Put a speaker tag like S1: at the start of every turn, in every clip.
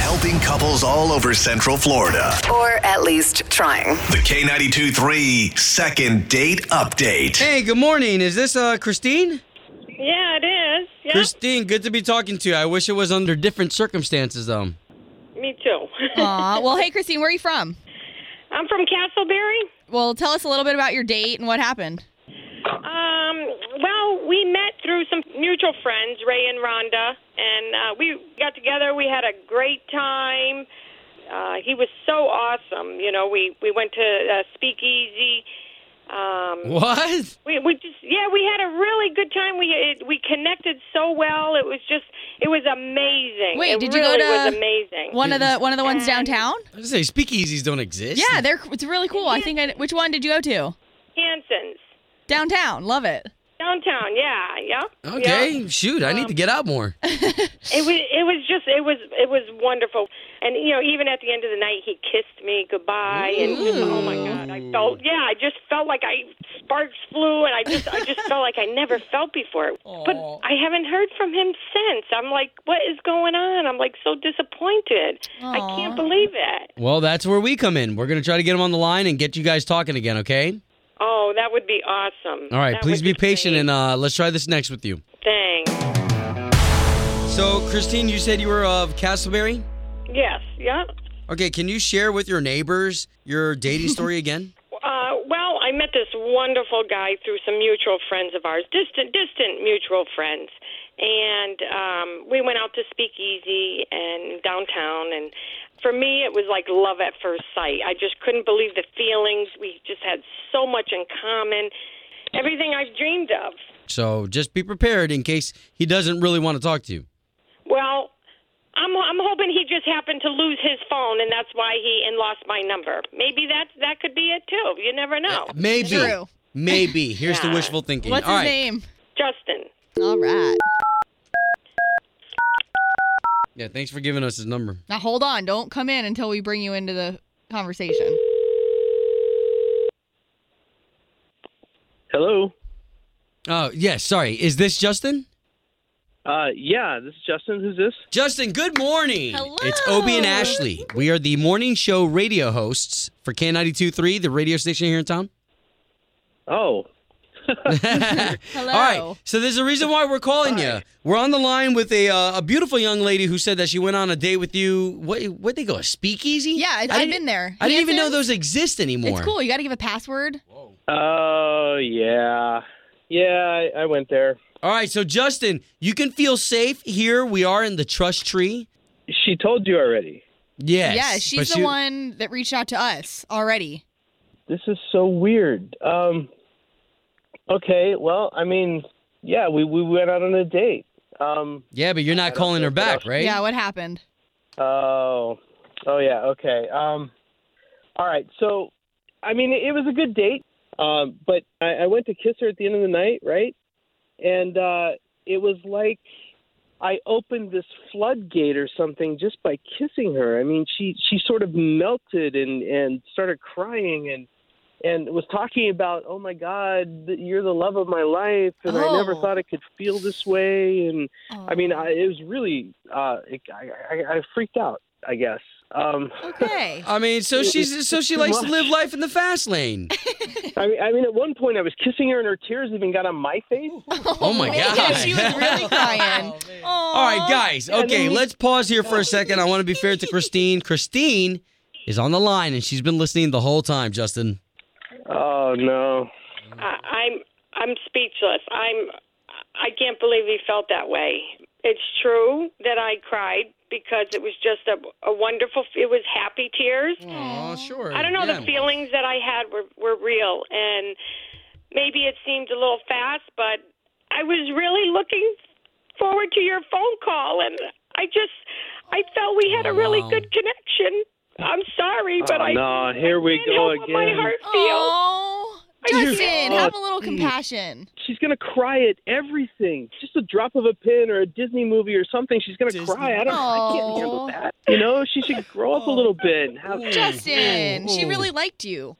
S1: Helping couples all over Central Florida.
S2: Or at least trying.
S1: The K92 3 Second Date Update.
S3: Hey, good morning. Is this uh, Christine?
S4: Yeah, it is. Yeah,
S3: Christine, good to be talking to you. I wish it was under different circumstances, though.
S4: me too.
S5: Aw, well, hey, Christine, where are you from?
S4: I'm from Castleberry.
S5: Well, tell us a little bit about your date and what happened.
S4: Um, well, we met through some mutual friends, Ray and Rhonda, and uh, we got together. We had a great time. Uh, he was so awesome. You know, we we went to uh, Speakeasy. Um,
S3: What?
S4: we we just yeah, we had a really good time. We it, we connected so well. It was just it was amazing.
S5: Wait,
S4: It
S5: did you go
S4: really
S5: to
S4: was amazing.
S5: One of the one of the ones downtown.
S3: I was gonna say speakeasies don't exist.
S5: Yeah, they're it's really cool. I think I, which one did you go to?
S4: Hanson's
S5: Downtown, love it.
S4: downtown. Yeah, yeah.
S3: Okay,
S4: yeah. Um.
S3: shoot, I need to get out more.
S4: It was it was just it was it was wonderful, and you know even at the end of the night he kissed me goodbye, and oh my god, I felt yeah I just felt like I sparks flew, and I just I just felt like I never felt before. But I haven't heard from him since. I'm like, what is going on? I'm like so disappointed. I can't believe it.
S3: well, that's where we come in. We're gonna try to get them on the line and get you guys talking again. Okay.
S4: Oh, that would be awesome.
S3: All right.
S4: That
S3: please
S4: would
S3: be patient
S4: great.
S3: and uh, let's try this next with you.
S4: Thanks.
S3: So, Christine, you said you were of Castleberry.
S4: Yes. Yeah.
S3: Okay, can you share with your neighbors your dating story again?
S4: Uh, well, I met this wonderful guy through some mutual friends of ours, distant, distant mutual friends, and um, we went out to Speakeasy and downtown. And for me, it was like love at first sight. I just couldn't believe the feelings. We just had so much in common. Everything I've dreamed of.
S3: So just be prepared in case he doesn't really want to talk to you.
S4: Well, I'm I'm hoping he just happened to lose his phone, and that's why he and lost my number. Maybe that that could be it too. You never know.
S3: Maybe.
S5: True.
S3: Maybe. Here's the
S4: Yeah.
S3: wishful thinking.
S5: What's
S3: All
S5: his
S3: right.
S5: name?
S4: Justin.
S5: All right.
S3: Yeah, thanks for giving us his number.
S5: Now hold on. Don't come in until we bring you into the conversation.
S6: Hello.
S3: Oh, yes, sorry. Is this Justin?
S6: Uh, yeah, this is Justin. Who's this?
S3: Justin, good morning.
S5: Hello.
S3: It's Obie and Ashley. We are the morning show radio hosts for K92.3, the radio station here in town.
S6: Oh,
S5: Hello.
S3: All right. So there's a reason why we're calling you. We're on the line with a uh, a beautiful young lady who said that she went on a date with you. What what they go a speakeasy?
S5: Yeah, I-
S3: I
S5: I've
S3: didn't- e-
S5: been there.
S3: I didn't even know
S5: Hanson's?
S3: those exist anymore.
S5: It's cool. You got to give a password.
S6: oh yeah, yeah. I, I went there.
S3: All right. So Justin, you can feel safe here. We are in the trust tree.
S6: She told you already.
S3: Yes.
S5: yeah,
S3: but
S5: she's the
S3: she-
S5: one that reached out to us already.
S6: This is so weird. Um, okay. Well, I mean, yeah, we we went out on a date. Um,
S3: Yeah, but you're not calling her back, right?
S5: Yeah, what happened?
S6: Oh, oh yeah, okay. Um, all right. So, I mean, it, it was a good date, um, but I, I went to kiss her at the end of the night, right? And uh, it was like I opened this floodgate or something just by kissing her. I mean, she she sort of melted and and started crying and. And was talking about, oh my God, you're the love of my life, and I never
S5: Oh.
S6: thought I could feel this way, and I mean,
S5: Oh.
S6: I, it was really, uh, it, I, I, I freaked out, I guess. Um,
S5: Okay.
S3: I mean, so she's so she
S6: too
S3: likes to
S6: much.
S3: live life in the fast lane.
S6: I mean, I mean, at one point I was kissing her and her tears even got on my face.
S3: Oh my
S5: Yeah,
S3: god. Oh,
S5: she was really crying.
S3: All right, guys. Okay,
S6: then we-
S3: let's pause here for a second. I want to be fair to Christine. Christine is on the line and she's been listening the whole time, Justin.
S6: Oh no.
S4: I, I'm I'm speechless. I'm I can't believe he felt that way. It's true that I cried because it was just a, a wonderful. It was happy tears.
S3: Oh, sure.
S4: I don't know. The feelings that I had were were real, and maybe it seemed a little fast, but I was really looking forward to your phone call, and I just felt we had a really
S3: Wow.
S4: good connection. I'm sorry, but
S6: Oh,
S4: I
S6: no, here we
S4: can't
S6: go
S4: help what my
S6: again.
S4: heart feels.
S5: Oh,
S4: I
S5: Justin,
S4: just-
S5: have a little compassion.
S6: She's gonna cry at everything. Just a drop of a pin or a Disney movie or something. She's gonna
S3: Disney.
S6: cry. I don't. I can't handle
S5: Aw.
S6: that. You know, she should grow
S4: Oh.
S6: up a little bit. and Have,
S5: Justin, she
S3: Ooh.
S5: really liked you.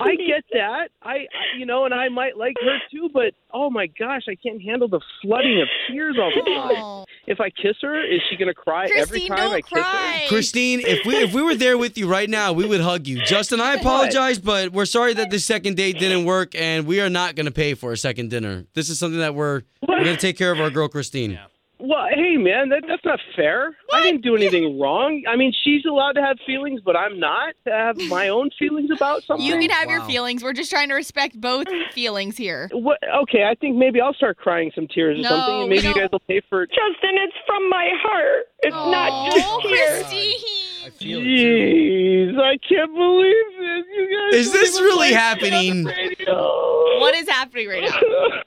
S6: I get that. I, I, you know, and I might like her too, but oh my gosh, I can't handle the flooding of tears all the time.
S5: Oh.
S6: If I kiss her, is she gonna cry every
S5: Christine,
S6: time
S5: don't
S6: I kiss her?
S5: cry.
S3: Christine, if we if we were there with you right now, we would hug you. Justin, I apologize, but we're sorry that the second date didn't work, and we are not going to pay for a second dinner. This is something that we're we're going to take care of our girl Christine.
S6: Well, hey man, that, that's not fair. I didn't do anything wrong. I mean, she's allowed to have feelings, but I'm not to have my own feelings about something.
S5: you can have your
S3: Wow.
S5: feelings. We're just trying to respect both feelings here.
S6: What? Okay, I think maybe I'll start crying some tears or
S5: No,
S6: something. and Maybe
S5: we
S6: you
S5: don't-
S6: guys will pay for it.
S4: Justin, it's from my heart. It's not just
S5: Oh,
S4: here.
S5: Christine.
S3: feel
S6: Jeez, I can't believe this. You guys
S3: Is this
S6: don't even
S3: really
S6: like me
S3: happening?
S6: on the radio.
S5: What is happening right now?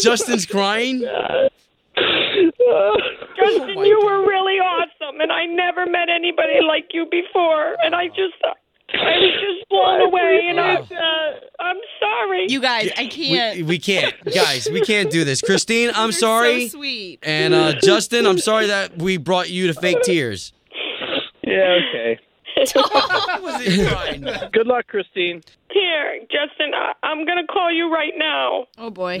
S3: Justin's crying.
S6: Oh
S4: Justin, you were really awesome, and I never met anybody like you before. And I just, I was just blown away. And I, uh, I'm sorry.
S5: You guys, I can't.
S3: We, we can't, guys. We can't do this. Christine, I'm
S5: You're
S3: sorry,
S5: So sweet.
S3: and uh, Justin, I'm sorry that we brought you to fake tears.
S6: yeah. Okay. Good luck, Christine.
S4: Here, Justin, I, I'm gonna call you right now.
S5: Oh boy.